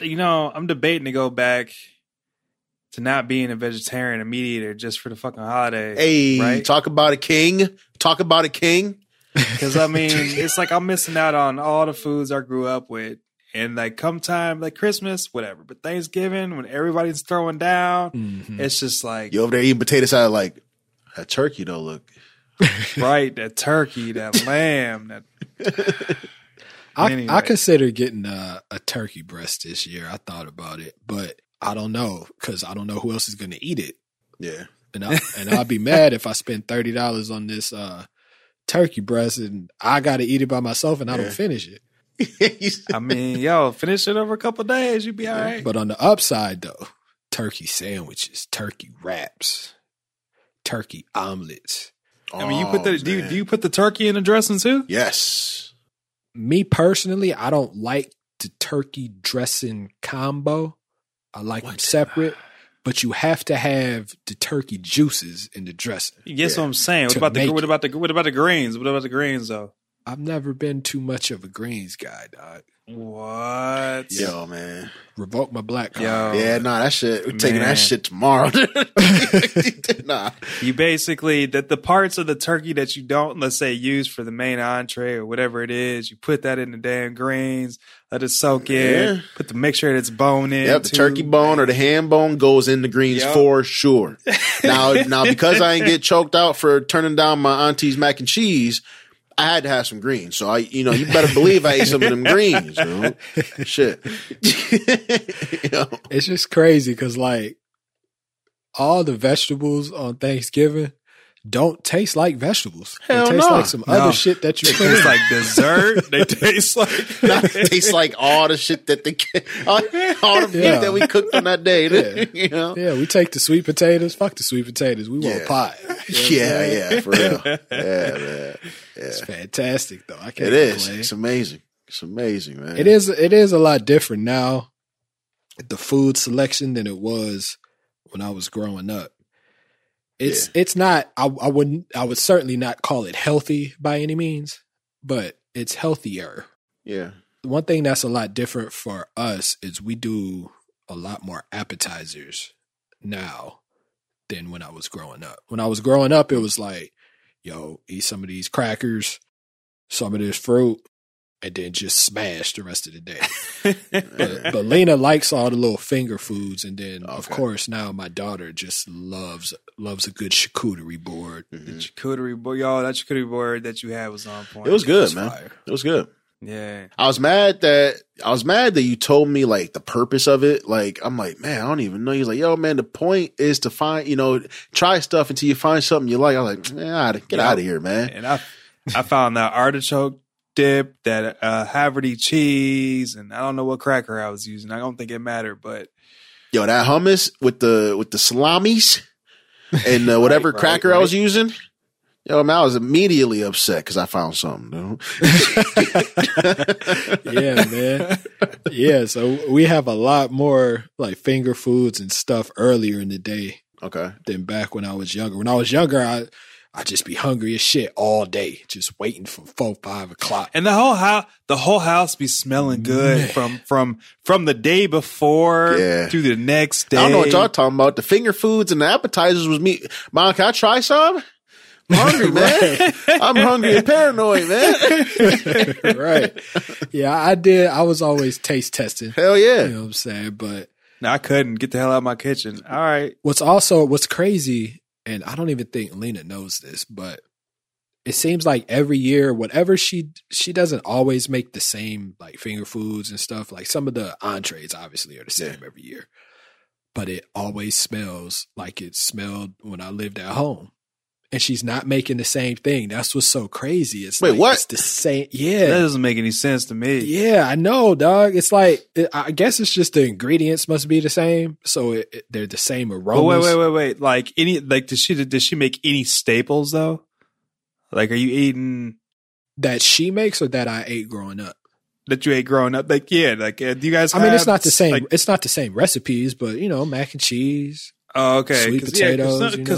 [SPEAKER 4] you know, I'm debating to go back to not being a vegetarian, a meat eater, just for the fucking holiday.
[SPEAKER 3] hey,
[SPEAKER 4] Right.
[SPEAKER 3] talk about a king. Talk about a king.
[SPEAKER 4] Because I mean, it's like I'm missing out on all the foods I grew up with. And like, come time like Christmas, whatever, but Thanksgiving when everybody's throwing down,
[SPEAKER 3] Mm.
[SPEAKER 1] Mhm.
[SPEAKER 4] it's just like
[SPEAKER 3] You over there eating potato salad like that turkey though? Look,
[SPEAKER 4] right that turkey, that lamb, that
[SPEAKER 1] I,
[SPEAKER 4] Anyway.
[SPEAKER 1] I consider getting a, a turkey breast this year. I thought about it, but I don't know because I don't know who else is going to eat it,
[SPEAKER 3] yeah.
[SPEAKER 1] and I, and I'll be mad if I spend thirty dollars on this uh, turkey breast and I got to eat it by myself and I
[SPEAKER 3] Yeah.
[SPEAKER 1] don't finish it.
[SPEAKER 4] I mean, yo, finish it over a couple days, you'd be all right.
[SPEAKER 1] But on the upside, though, turkey sandwiches, turkey wraps, turkey omelets.
[SPEAKER 4] I mean, you put the
[SPEAKER 3] Oh,
[SPEAKER 4] do you,
[SPEAKER 3] man.
[SPEAKER 4] do you put the turkey in the dressing too?
[SPEAKER 3] Yes.
[SPEAKER 1] Me personally, I don't like the turkey dressing combo. I like them
[SPEAKER 3] What?
[SPEAKER 1] separate, but you have to have the turkey juices in the dressing.
[SPEAKER 4] You guess
[SPEAKER 3] Yeah.
[SPEAKER 4] what I'm saying? What
[SPEAKER 1] To
[SPEAKER 4] about the
[SPEAKER 1] make
[SPEAKER 4] what
[SPEAKER 1] it.
[SPEAKER 4] about the what about the greens? What about the greens though?
[SPEAKER 1] I've never been too much of a greens guy, dog.
[SPEAKER 4] What?
[SPEAKER 3] Yo, man.
[SPEAKER 1] Revoke my black card.
[SPEAKER 4] Yo.
[SPEAKER 3] yeah, nah, that shit. We're taking
[SPEAKER 4] man.
[SPEAKER 3] that shit tomorrow. nah.
[SPEAKER 4] You basically that the parts of the turkey that you don't, let's say, use for the main entree or whatever it is, you put that in the damn greens, let it soak in,
[SPEAKER 3] Yeah.
[SPEAKER 4] put the make sure that it's bone in.
[SPEAKER 3] Yep, the
[SPEAKER 4] too.
[SPEAKER 3] turkey bone or the ham bone goes in the greens
[SPEAKER 4] Yup.
[SPEAKER 3] for sure. Now, now because I ain't get choked out for turning down my auntie's mac and cheese, I had to have some greens. So I, you know, you better believe I ate some of them greens. You know? Shit, you know?
[SPEAKER 1] It's just crazy because like all the vegetables on Thanksgiving don't taste like vegetables.
[SPEAKER 3] Hell
[SPEAKER 1] they taste
[SPEAKER 3] no.
[SPEAKER 1] like some
[SPEAKER 4] No.
[SPEAKER 1] other shit that you
[SPEAKER 4] They
[SPEAKER 1] put
[SPEAKER 4] taste like dessert. They taste like
[SPEAKER 3] It tastes like all the shit that they all, all the
[SPEAKER 1] Yeah.
[SPEAKER 3] meat that we cooked on that day.
[SPEAKER 1] Yeah.
[SPEAKER 3] you know,
[SPEAKER 1] Yeah, we take the sweet potatoes. Fuck the sweet potatoes. We want
[SPEAKER 3] Yeah.
[SPEAKER 1] pie.
[SPEAKER 3] yeah, yeah, for real, yeah, man,
[SPEAKER 1] It's fantastic though. I can't
[SPEAKER 3] it is.
[SPEAKER 1] complain.
[SPEAKER 3] It's amazing. It's amazing, man.
[SPEAKER 1] It is it is a lot different now the food selection than it was when I was growing up. It's it's not I, I wouldn't I would certainly not call it healthy by any means, but it's healthier.
[SPEAKER 3] Yeah,
[SPEAKER 1] One thing that's a lot different for us is we do a lot more appetizers now than when I was growing up. When I was growing up, it was like, yo, eat some of these crackers, some of this fruit, and then just smash the rest of the day but, but Lena likes all the little finger foods, and then of
[SPEAKER 3] Okay.
[SPEAKER 1] course now my daughter just loves loves a good charcuterie board.
[SPEAKER 4] the
[SPEAKER 3] Mhm.
[SPEAKER 4] charcuterie board. Y'all, that charcuterie board that you had was on point.
[SPEAKER 3] it was good, man.
[SPEAKER 1] fire.
[SPEAKER 3] It was good.
[SPEAKER 4] Yeah.
[SPEAKER 3] I was mad that I was mad that you told me like the purpose of it. Like I'm like, man, I don't even know. He's like, yo, man, the point is to find, you know, try stuff until you find something you like. I was like, man, outta- get
[SPEAKER 4] Yeah.
[SPEAKER 3] out of here, man.
[SPEAKER 4] And I I found that artichoke dip, that uh Haverty cheese, and I don't know what cracker I was using. I don't think it mattered, but
[SPEAKER 3] Yo, that hummus with the with the salamis and uh, whatever
[SPEAKER 4] right,
[SPEAKER 3] cracker I
[SPEAKER 4] right.
[SPEAKER 3] was using. Yo, man, I was immediately upset because I found something. dude.
[SPEAKER 1] yeah, man. Yeah, so we have a lot more like finger foods and stuff earlier in the day
[SPEAKER 3] Okay,
[SPEAKER 1] than back when I was younger. When I was younger, I I just be hungry as shit all day, just waiting for four five o'clock.
[SPEAKER 4] and the whole house the whole house be smelling good
[SPEAKER 1] Man.
[SPEAKER 4] from from from the day before
[SPEAKER 3] Yeah.
[SPEAKER 4] through the next day.
[SPEAKER 3] I don't know what y'all talking about. The finger foods and the appetizers was me. Mom, can I try some? I'm hungry, man. I'm hungry and paranoid, man.
[SPEAKER 1] right. Yeah, I did. I was always taste testing.
[SPEAKER 3] Hell yeah.
[SPEAKER 1] You know what I'm saying? But
[SPEAKER 4] No, I couldn't get the hell out of my kitchen. All right.
[SPEAKER 1] What's also what's crazy, and I don't even think Lena knows this, but it seems like every year, whatever she she doesn't always make the same like finger foods and stuff. Like some of the entrees obviously are the same every year. But it always smells like it smelled when I lived at home. And she's not making the same thing. That's what's so crazy. It's
[SPEAKER 3] Wait,
[SPEAKER 1] like,
[SPEAKER 3] what?
[SPEAKER 1] It's the same.
[SPEAKER 4] That
[SPEAKER 1] Yeah.
[SPEAKER 4] doesn't make any sense to me.
[SPEAKER 1] Yeah, I know, dog. It's like it, I guess it's just the ingredients must be the same, so it, it- they're the same aromas.
[SPEAKER 4] But wait, wait, wait, wait. Like any like does she does she make any staples though? Like are you eating
[SPEAKER 1] that she makes or that I ate growing up.
[SPEAKER 4] that you ate growing up? Like yeah, like uh, do you guys
[SPEAKER 1] I mean, it's
[SPEAKER 4] have,
[SPEAKER 1] not the same.
[SPEAKER 4] like-
[SPEAKER 1] it's not the same recipes, but you know, mac and cheese.
[SPEAKER 4] oh, okay.
[SPEAKER 1] sweet
[SPEAKER 4] 'Cause, yeah, 'cause
[SPEAKER 1] potatoes,
[SPEAKER 4] not-
[SPEAKER 1] you know?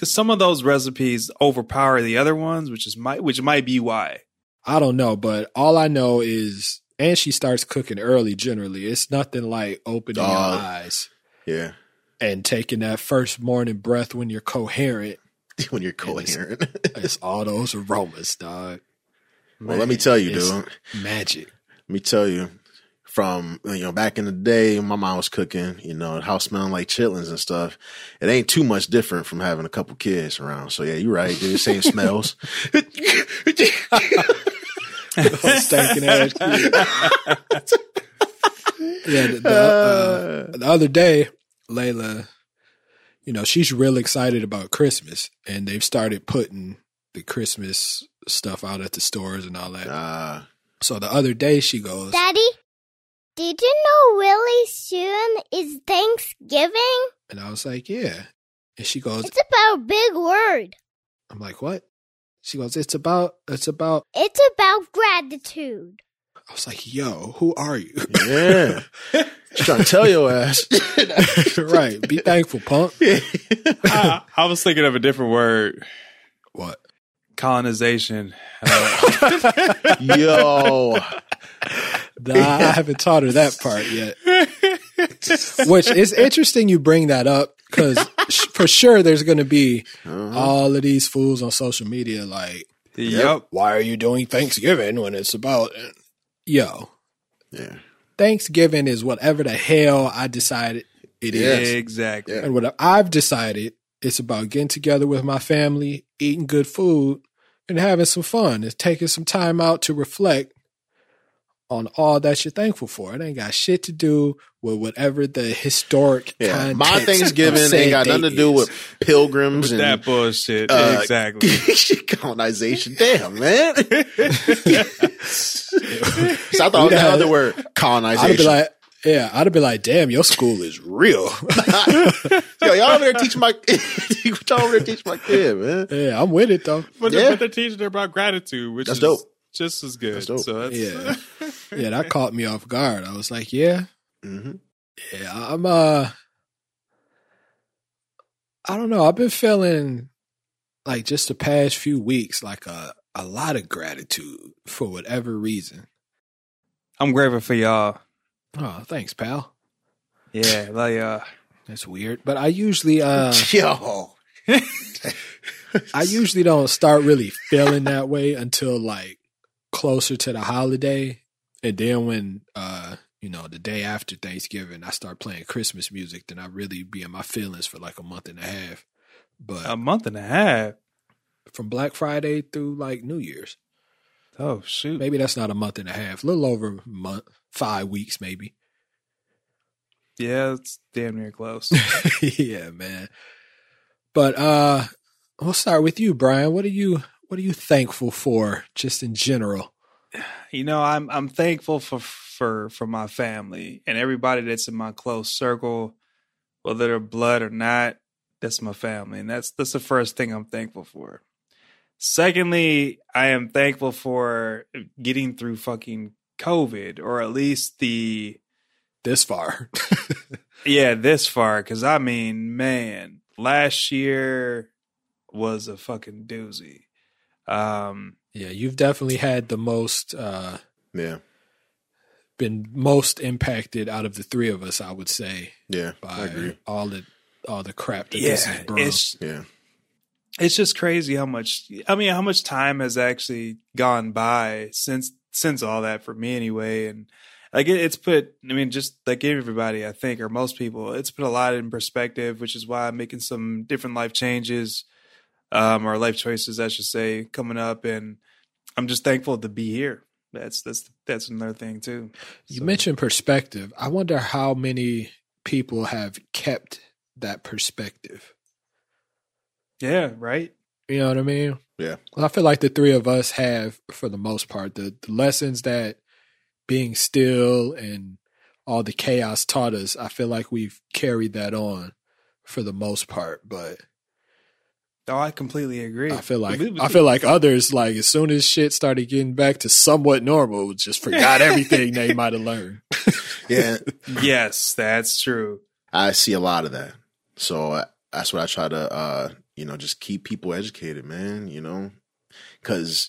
[SPEAKER 4] Cause some of those recipes overpower the other ones, which is might which might be why.
[SPEAKER 1] I don't know, but all I know is, and she starts cooking early. Generally, it's nothing like opening
[SPEAKER 3] Dog.
[SPEAKER 1] your eyes
[SPEAKER 3] Yeah.
[SPEAKER 1] and taking that first morning breath when you're coherent.
[SPEAKER 3] When you're
[SPEAKER 1] Yeah, it's-
[SPEAKER 3] coherent.
[SPEAKER 1] It's all those aromas, dog.
[SPEAKER 3] well, let me tell you, dude.
[SPEAKER 1] it's-
[SPEAKER 3] Let
[SPEAKER 1] Magic.
[SPEAKER 3] me tell you. From you know, back in the day, my mom was cooking. You know, the house smelling like chitlins and stuff. It ain't too much different from having a couple kids around. So yeah, you're right, dude. Same smells.
[SPEAKER 1] Stinking ass. kid. yeah. The, the, uh, the other day, Layla, you know, she's real excited about Christmas, and they've started putting the Christmas stuff out at the stores and all that.
[SPEAKER 3] Uh,
[SPEAKER 1] So the other day, she goes,
[SPEAKER 2] Daddy, did you know really soon is Thanksgiving?
[SPEAKER 1] and I was like, "Yeah," and she goes,
[SPEAKER 2] It's about big word.
[SPEAKER 1] "I'm like, what?" She goes, "It's about, it's about."
[SPEAKER 2] It's about gratitude.
[SPEAKER 1] I was like, "Yo, who are you?"
[SPEAKER 3] yeah. Just trying to tell your ass.
[SPEAKER 1] right? Be thankful, punk.
[SPEAKER 4] I, I was thinking of a different word.
[SPEAKER 1] What?
[SPEAKER 4] Colonization. Uh,
[SPEAKER 3] Yo,
[SPEAKER 1] Nah, I haven't taught her that part yet. Which is interesting you bring that up because for sure there's going to be all of these fools on social media like,
[SPEAKER 4] Yep.
[SPEAKER 1] why are you doing Thanksgiving when it's about. Yo,
[SPEAKER 3] Yeah.
[SPEAKER 1] Thanksgiving is whatever the hell I decided it is.
[SPEAKER 3] Yes.
[SPEAKER 4] Exactly.
[SPEAKER 3] Yeah.
[SPEAKER 1] And what I've decided, it's about getting together with my family, eating good food, and having some fun. It's taking some time out to reflect on all that you're thankful for. It ain't got shit to do with whatever the historic
[SPEAKER 3] Yeah.
[SPEAKER 1] context
[SPEAKER 3] My
[SPEAKER 1] of
[SPEAKER 3] Thanksgiving
[SPEAKER 1] said
[SPEAKER 3] ain't got nothing to
[SPEAKER 1] date
[SPEAKER 3] do
[SPEAKER 1] is.
[SPEAKER 3] with pilgrims and
[SPEAKER 4] That bullshit.
[SPEAKER 3] Mm-hmm. Uh,
[SPEAKER 4] exactly.
[SPEAKER 3] colonization. Damn, man. so I thought
[SPEAKER 1] We'd
[SPEAKER 3] the
[SPEAKER 1] have-
[SPEAKER 3] other word
[SPEAKER 1] I'd be
[SPEAKER 3] colonization.
[SPEAKER 1] like, yeah, I'd be like, damn, your school is real.
[SPEAKER 3] Yo, y'all over there teach my y'all over there teach my kid, man.
[SPEAKER 1] yeah, I'm with it though.
[SPEAKER 4] But,
[SPEAKER 3] Yeah.
[SPEAKER 4] they're, but they're teaching her about gratitude, which
[SPEAKER 3] That's
[SPEAKER 4] is
[SPEAKER 3] dope.
[SPEAKER 4] just as good.
[SPEAKER 3] That's dope.
[SPEAKER 4] So that's,
[SPEAKER 1] Yeah, yeah, that caught me off guard. I was like, yeah,
[SPEAKER 3] hmm
[SPEAKER 1] Yeah, I'm uh I don't know. I've been feeling like just the past few weeks like a a lot of gratitude for whatever reason.
[SPEAKER 4] I'm grateful for y'all.
[SPEAKER 1] Oh, thanks, pal.
[SPEAKER 4] Yeah, like uh,
[SPEAKER 1] That's weird, but I usually uh
[SPEAKER 3] Yo.
[SPEAKER 1] I usually don't start really feeling that way until like closer to the holiday and then when uh you know, the day after Thanksgiving, I start playing Christmas music, then I really be in my feelings for like a month and a half. But
[SPEAKER 4] a month and a half.
[SPEAKER 1] from Black Friday through like New Year's.
[SPEAKER 4] Oh shoot!
[SPEAKER 1] Maybe that's not a month and a half, a little over a month, five weeks maybe.
[SPEAKER 4] Yeah, it's damn near close.
[SPEAKER 1] yeah, man. But uh we'll start with you, Brian. What are you what are you thankful for just in general?
[SPEAKER 4] you know, I'm I'm thankful for for for my family and everybody that's in my close circle, whether they're blood or not. That's my family, and that's that's the first thing I'm thankful for. Secondly, I am thankful for getting through fucking COVID, or at least the
[SPEAKER 1] This far.
[SPEAKER 4] Yeah, this far, because I mean, man, last year was a fucking doozy. Um,
[SPEAKER 1] yeah, you've definitely had the most uh
[SPEAKER 3] Yeah.
[SPEAKER 1] been most impacted out of the three of us, I would say,
[SPEAKER 3] Yeah. I
[SPEAKER 1] by
[SPEAKER 3] agree.
[SPEAKER 1] all the all the crap that
[SPEAKER 4] yeah,
[SPEAKER 1] this is bro.
[SPEAKER 4] it's
[SPEAKER 3] Yeah.
[SPEAKER 4] it's just crazy how much I mean, how much time has actually gone by since since all that for me anyway, and like it, it's put. I mean, just like everybody, I think, or most people, it's put a lot in perspective, which is why I'm making some different life changes, um, or life choices, I should say, coming up, and I'm just thankful to be here. That's that's that's another thing too.
[SPEAKER 1] You
[SPEAKER 4] So-
[SPEAKER 1] mentioned perspective. I wonder how many people have kept that perspective.
[SPEAKER 4] yeah, right.
[SPEAKER 1] You know what I mean?
[SPEAKER 3] Yeah.
[SPEAKER 1] Well, I feel like the three of us have, for the most part, the, the lessons that being still and all the chaos taught us. I feel like we've carried that on for the most part, but
[SPEAKER 4] Oh, I completely agree.
[SPEAKER 1] I feel like
[SPEAKER 4] We- we-
[SPEAKER 1] I feel like others like as soon as shit started getting back to somewhat normal, just forgot everything they might have learned.
[SPEAKER 3] Yeah.
[SPEAKER 4] yes, that's true.
[SPEAKER 3] I see a lot of that. So I, that's what I try to, uh, you know, just keep people educated, man, you know, because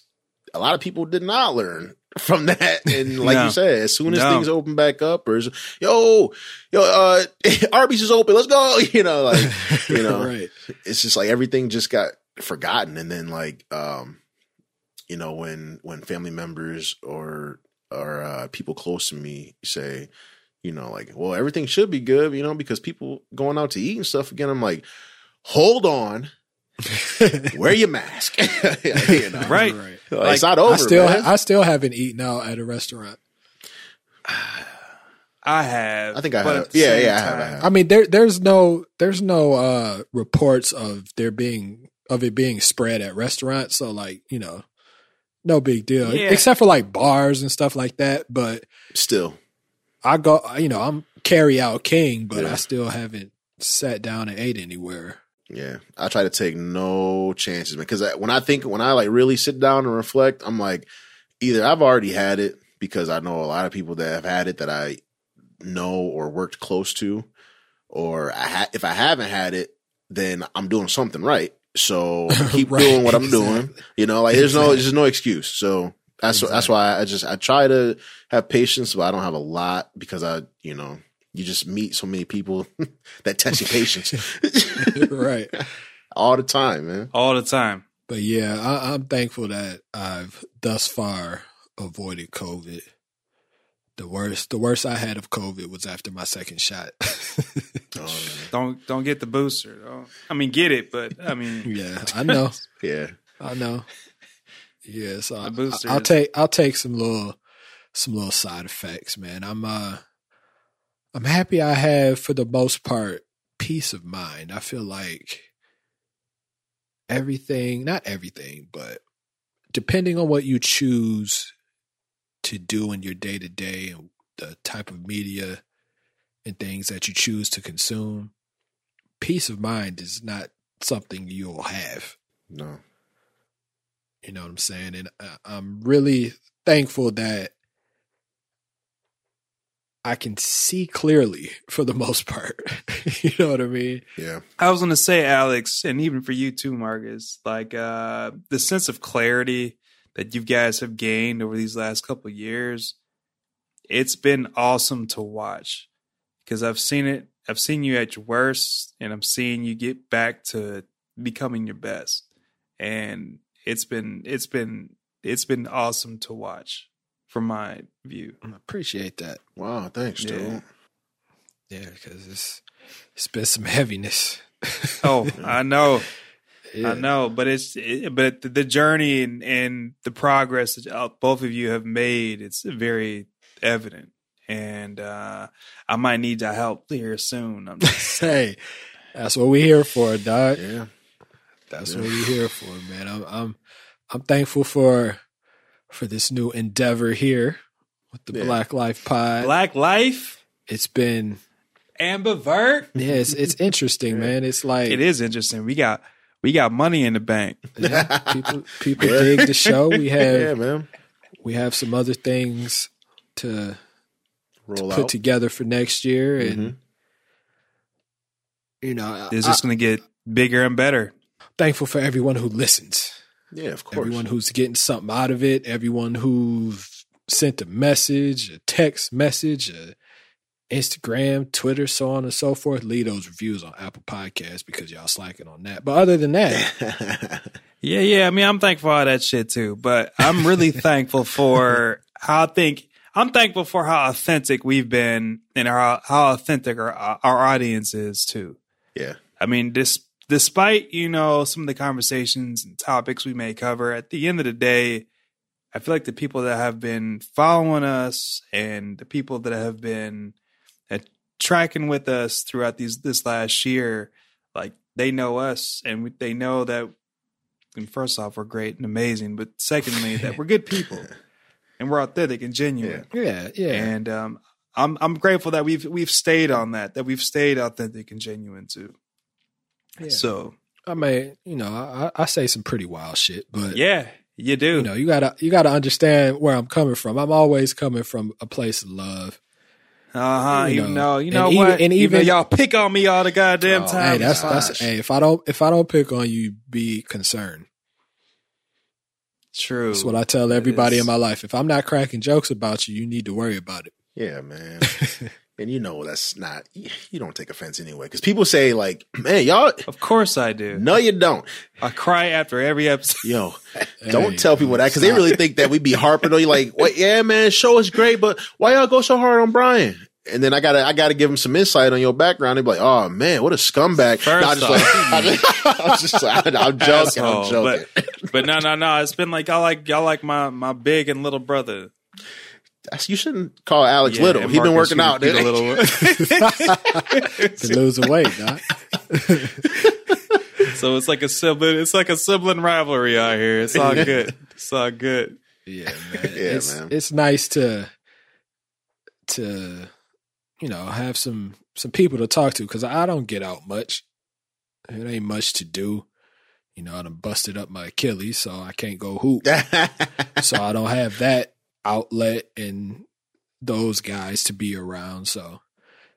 [SPEAKER 3] a lot of people did not learn from that. And like
[SPEAKER 4] No.
[SPEAKER 3] you said, as soon as
[SPEAKER 4] No.
[SPEAKER 3] things open back up or, is- yo, yo, uh, Arby's is open. Let's go. You know, like, you know,
[SPEAKER 1] right.
[SPEAKER 3] it's just like everything just got forgotten and then like um you know when when family members or or uh people close to me say you know like well everything should be good you know because people going out to eat and stuff again i'm like hold on wear your mask you know
[SPEAKER 4] Right.
[SPEAKER 3] Like, it's not over
[SPEAKER 1] I still
[SPEAKER 3] man.
[SPEAKER 1] I still haven't eaten out at a restaurant.
[SPEAKER 4] I have.
[SPEAKER 3] I think I
[SPEAKER 4] but
[SPEAKER 3] have.
[SPEAKER 4] at the
[SPEAKER 3] Yeah,
[SPEAKER 4] same
[SPEAKER 3] yeah, I have, I
[SPEAKER 4] time-
[SPEAKER 3] have.
[SPEAKER 1] I mean, there there's no there's no uh reports of there being of it being spread at restaurants. So like you know, no big deal
[SPEAKER 4] Yeah.
[SPEAKER 1] except for like bars and stuff like that. But
[SPEAKER 3] still
[SPEAKER 1] I go, you know, I'm carry out king, but
[SPEAKER 3] Yeah.
[SPEAKER 1] I still haven't sat down and ate anywhere.
[SPEAKER 3] Yeah, I try to take no chances, man. Because when I think, when I like really sit down and reflect, I'm like, either I've already had it because I know a lot of people that have had it that I know or worked close to, or I ha- if I haven't had it, then I'm doing something right. So keep
[SPEAKER 1] Right,
[SPEAKER 3] doing what I'm
[SPEAKER 1] exactly.
[SPEAKER 3] doing. You know, like there's no there's no excuse. So That's that's why I just I try to have patience, but I don't have a lot because I you know you just meet so many people that test your patience
[SPEAKER 1] right.
[SPEAKER 3] all the time, man.
[SPEAKER 4] all the time.
[SPEAKER 1] But yeah, I, I'm thankful that I've thus far avoided COVID. The worst, the worst I had of COVID was after my second shot.
[SPEAKER 3] Oh,
[SPEAKER 4] Don't don't get the booster. Though. I mean, get it, but I mean,
[SPEAKER 1] yeah, I know,
[SPEAKER 3] yeah,
[SPEAKER 1] I know. Yeah, so I,
[SPEAKER 4] The booster
[SPEAKER 1] will
[SPEAKER 4] is-
[SPEAKER 1] take I'll take some little some little side effects, man. I'm uh I'm happy I have for the most part peace of mind. I feel like everything, not everything, but depending on what you choose to do in your day to day and the type of media and things that you choose to consume, peace of mind is not something you'll have.
[SPEAKER 3] no,
[SPEAKER 1] You know what I'm saying? And I, I'm really thankful that I can see clearly for the most part. you know what I mean?
[SPEAKER 3] yeah,
[SPEAKER 4] I was gonna say, Alex, and even for you too, Marcus, like uh, the sense of clarity that you guys have gained over these last couple of years. It's been awesome to watch because I've seen it. I've seen you at your worst, and I'm seeing you get back to becoming your best. And it's been it's been it's been awesome to watch from my view.
[SPEAKER 1] I appreciate that.
[SPEAKER 3] wow, thanks, dude.
[SPEAKER 4] Yeah.
[SPEAKER 1] Yeah, because it's it's been some heaviness.
[SPEAKER 4] Oh, I know.
[SPEAKER 1] Yeah.
[SPEAKER 4] I know, but it's it, but the, the journey and, and the progress that uh, both of you have made, it's very evident. And uh, I might need your help here soon. I'm just,
[SPEAKER 1] hey, that's what we're here for, dog.
[SPEAKER 3] Yeah,
[SPEAKER 1] That's what we're here for, man. I'm I'm I'm thankful for for this new endeavor here with the
[SPEAKER 3] Yeah.
[SPEAKER 1] Black Life Pod.
[SPEAKER 4] Black life,
[SPEAKER 1] it's been
[SPEAKER 4] Amber Vert.
[SPEAKER 1] yeah, it's, it's interesting, man. It's like
[SPEAKER 4] It is interesting. We got we got money in the bank.
[SPEAKER 1] yeah, people people
[SPEAKER 3] Yeah.
[SPEAKER 1] dig the show. We have
[SPEAKER 3] yeah, man.
[SPEAKER 1] we have some other things to
[SPEAKER 3] Roll
[SPEAKER 1] put
[SPEAKER 3] out. Mm-hmm.
[SPEAKER 1] together for next year, and you know, I-
[SPEAKER 4] It's just going to get bigger and better.
[SPEAKER 1] I'm thankful for everyone who listens.
[SPEAKER 3] Yeah, of course.
[SPEAKER 1] everyone who's getting something out of it, everyone who sent a message, a text message, a Instagram, Twitter, so on and so forth. Leave those reviews on Apple Podcasts because y'all slacking on that. But other than that,
[SPEAKER 4] Yeah, yeah. I mean, I'm thankful for all that shit too, but I'm really thankful for how I think. I'm thankful for how authentic we've been and how, how authentic our our audience is too.
[SPEAKER 3] yeah,
[SPEAKER 4] I mean, dis- despite you know some of the conversations and topics we may cover, at the end of the day, I feel like the people that have been following us and the people that have been uh, tracking with us throughout these this last year, like they know us and we, they know that. And first off, we're great and amazing, but secondly, that we're good people and we're authentic and genuine.
[SPEAKER 1] yeah, yeah,
[SPEAKER 4] And um, I'm I'm grateful that we've we've stayed on that, that we've stayed authentic and genuine too.
[SPEAKER 1] yeah.
[SPEAKER 4] So
[SPEAKER 1] I mean, you know, I, I I say some pretty wild shit, but
[SPEAKER 4] yeah, you do.
[SPEAKER 1] you know, you gotta you gotta understand where I'm coming from. I'm always coming from a place of love.
[SPEAKER 4] uh huh.
[SPEAKER 1] you
[SPEAKER 4] You,
[SPEAKER 1] know,
[SPEAKER 4] know, you
[SPEAKER 1] and
[SPEAKER 4] know
[SPEAKER 1] even-
[SPEAKER 4] what?
[SPEAKER 1] and
[SPEAKER 4] And even
[SPEAKER 1] even-
[SPEAKER 4] y'all pick on me all the goddamn
[SPEAKER 3] Oh,
[SPEAKER 4] time.
[SPEAKER 1] Hey, that's
[SPEAKER 3] gosh.
[SPEAKER 1] that's hey. If I don't if I don't pick on you, be concerned.
[SPEAKER 4] true.
[SPEAKER 1] That's what I tell everybody
[SPEAKER 4] is.
[SPEAKER 1] in my life. If I'm not cracking jokes about you, you need to worry about it.
[SPEAKER 3] yeah, man. and you know that's not. You don't take offense anyway because people say like, man, y'all.
[SPEAKER 4] of course I do.
[SPEAKER 3] No, you don't.
[SPEAKER 4] I cry after every episode.
[SPEAKER 3] Yo, don't
[SPEAKER 1] Hey,
[SPEAKER 3] tell people that because they
[SPEAKER 1] stop.
[SPEAKER 3] really think that we be harping on you. Like, what? Yeah, man, show is great, but why y'all go so hard on Brian? And then I gotta, I gotta give him some insight on your background. They be like, oh man, what a scumbag.
[SPEAKER 4] First
[SPEAKER 3] Nah, I
[SPEAKER 4] off,
[SPEAKER 3] just like, I am just like, I'm joking,
[SPEAKER 4] Asshole.
[SPEAKER 3] I'm joking.
[SPEAKER 4] But, but no, no, no. It's been like I like y'all like my my big and little brother.
[SPEAKER 3] That's- you shouldn't call Alex
[SPEAKER 4] Yeah,
[SPEAKER 3] Little.
[SPEAKER 4] and
[SPEAKER 3] He's been
[SPEAKER 4] Marcus,
[SPEAKER 3] working
[SPEAKER 4] you-
[SPEAKER 3] out.
[SPEAKER 4] you the
[SPEAKER 3] dude.
[SPEAKER 1] to lose the weight, dog.
[SPEAKER 4] So it's like a sibling. It's like a sibling rivalry out here. It's all good. It's all good.
[SPEAKER 1] Yeah, man. it's,
[SPEAKER 3] It's- man.
[SPEAKER 1] It's nice to to you know have some some people to talk to because I don't get out much. It ain't much to do. You know, I done busted up my Achilles, so I can't go hoop. so I don't have that outlet and those guys to be around. So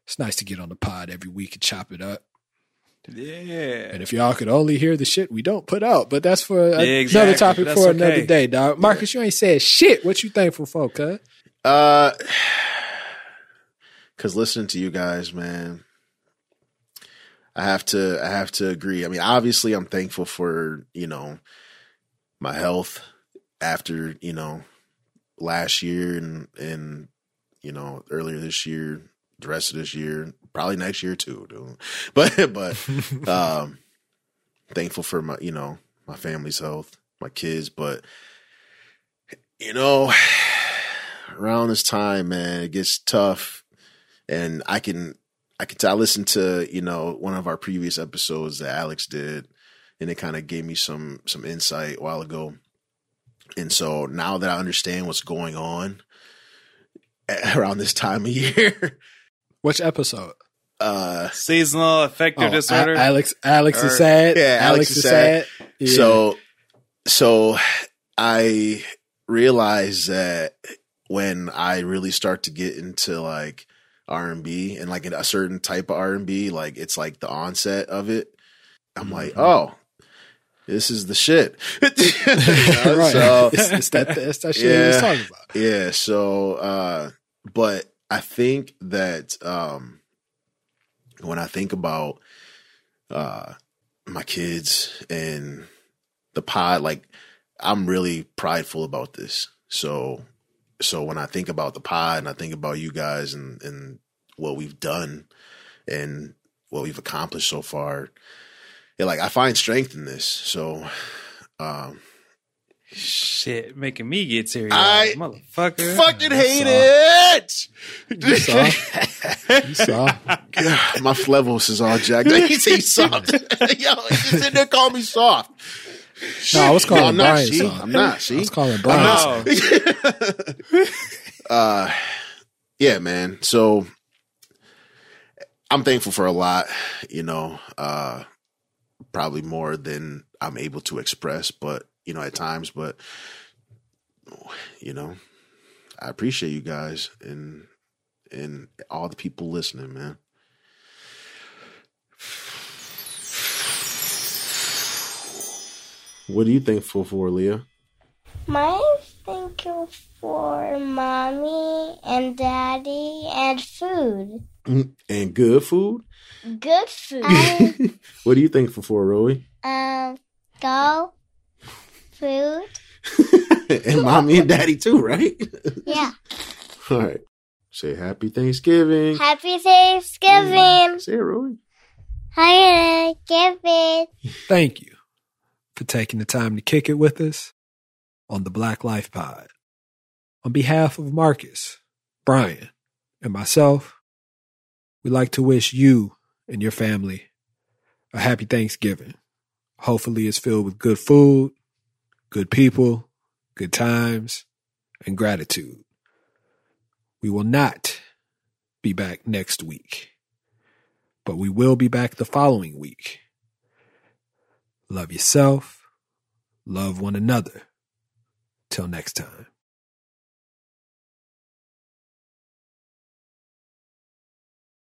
[SPEAKER 1] it's nice to get on the pod every week and chop it up.
[SPEAKER 4] Yeah.
[SPEAKER 1] And if y'all could only hear the shit we don't put out, but that's for another
[SPEAKER 4] exactly.
[SPEAKER 1] topic
[SPEAKER 4] That's
[SPEAKER 1] for another
[SPEAKER 4] okay.
[SPEAKER 1] day, dog. Marcus, you ain't said shit. What you thankful for, cuz?
[SPEAKER 3] Uh, because listening to you guys, man, I have to I have to agree. I mean, obviously, I'm thankful for you know my health after you know last year and and you know earlier this year, the rest of this year, probably next year too, dude. But but um, thankful for my you know my family's health, my kids, but you know around this time, man, it gets tough. And I can, I can, t- I listened to, you know, one of our previous episodes that Alex did, and it kind of gave me some, some insight a while ago. And so now that I understand what's going on around this time of year,
[SPEAKER 1] Which episode?
[SPEAKER 3] uh,
[SPEAKER 4] Seasonal affective
[SPEAKER 1] Oh,
[SPEAKER 4] disorder.
[SPEAKER 1] A- Alex Alex
[SPEAKER 4] Or-
[SPEAKER 1] is sad.
[SPEAKER 3] Yeah, Alex is sad.
[SPEAKER 1] Yeah.
[SPEAKER 3] So, so I realized that when I really start to get into like R and B and like a certain type of R and B, like it's like the onset of it. I'm
[SPEAKER 1] Mm-hmm.
[SPEAKER 3] like, oh, this is the shit. You know,
[SPEAKER 1] right.
[SPEAKER 3] So
[SPEAKER 1] it's, it's that it's that shit we was
[SPEAKER 3] Yeah.
[SPEAKER 1] talking about.
[SPEAKER 3] yeah. So, uh, but I think that um, when I think about uh, my kids and the pod, like I'm really prideful about this. So, so when I think about the pod and I think about you guys and and what we've done and what we've accomplished so far, yeah, like I find strength in this. So, um,
[SPEAKER 4] Shit, making me get teary.
[SPEAKER 3] I-
[SPEAKER 4] motherfucker.
[SPEAKER 3] fucking hate it.
[SPEAKER 1] You saw. You saw.
[SPEAKER 3] Yeah, my flevos is all jacked. up. He say soft. Yo, he's just in there calling me soft.
[SPEAKER 1] No, I was calling
[SPEAKER 3] No, I'm not,
[SPEAKER 1] Brian
[SPEAKER 3] see?
[SPEAKER 1] soft.
[SPEAKER 3] I'm not, see?
[SPEAKER 1] I was calling Brian. soft.
[SPEAKER 4] No.
[SPEAKER 3] Uh, yeah, man. So I'm thankful for a lot, you know, uh, probably more than I'm able to express, but, you know, at times, but, you know, I appreciate you guys and, and all the people listening, man. What are you thankful for, Leah?
[SPEAKER 2] Mine thank you for mommy and daddy and food.
[SPEAKER 3] And good food?
[SPEAKER 2] Good food. I,
[SPEAKER 3] What are you thankful for, Roy?
[SPEAKER 2] um, go food.
[SPEAKER 3] and mommy and daddy too, right?
[SPEAKER 2] Yeah.
[SPEAKER 3] All right. Say happy Thanksgiving.
[SPEAKER 2] Happy Thanksgiving.
[SPEAKER 3] Say it, Roy.
[SPEAKER 2] Hi, Thanksgiving.
[SPEAKER 1] Thank you for taking the time to kick it with us on the Black Life Pod. On behalf of Marcus, Brian, and myself, we'd like to wish you and your family a happy Thanksgiving. Hopefully, it's filled with good food, good people, good times, and gratitude. We will not be back next week, but we will be back the following week love yourself, love one another. Till next time.